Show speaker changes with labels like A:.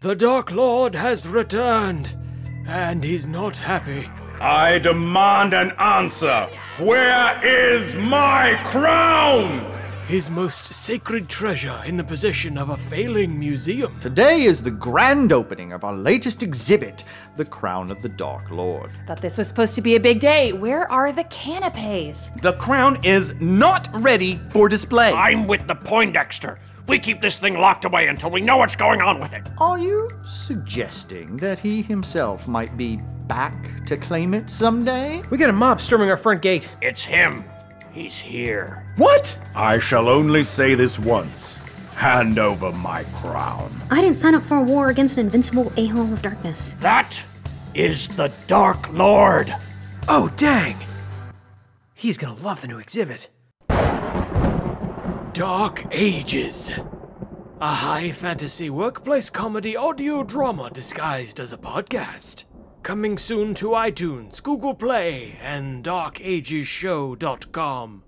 A: The Dark Lord has returned, and he's not happy.
B: I demand an answer. Where is my crown?
A: His most sacred treasure in the possession of a failing museum.
C: Today is the grand opening of our latest exhibit, The Crown of the Dark Lord.
D: Thought this was supposed to be a big day. Where are the canapes?
E: The crown is not ready for display.
F: I'm with the Poindexter. We keep this thing locked away until we know what's going on with it.
C: Are you suggesting that he himself might be back to claim it someday?
G: We got a mob storming our front gate.
F: It's him. He's here.
G: What?
B: I shall only say this once. Hand over my crown.
H: I didn't sign up for a war against an invincible a hole of darkness.
F: That is the Dark Lord.
G: Oh, dang! He's gonna love the new exhibit.
A: Dark Ages. A high fantasy workplace comedy audio drama disguised as a podcast. Coming soon to iTunes, Google Play, and darkagesshow.com.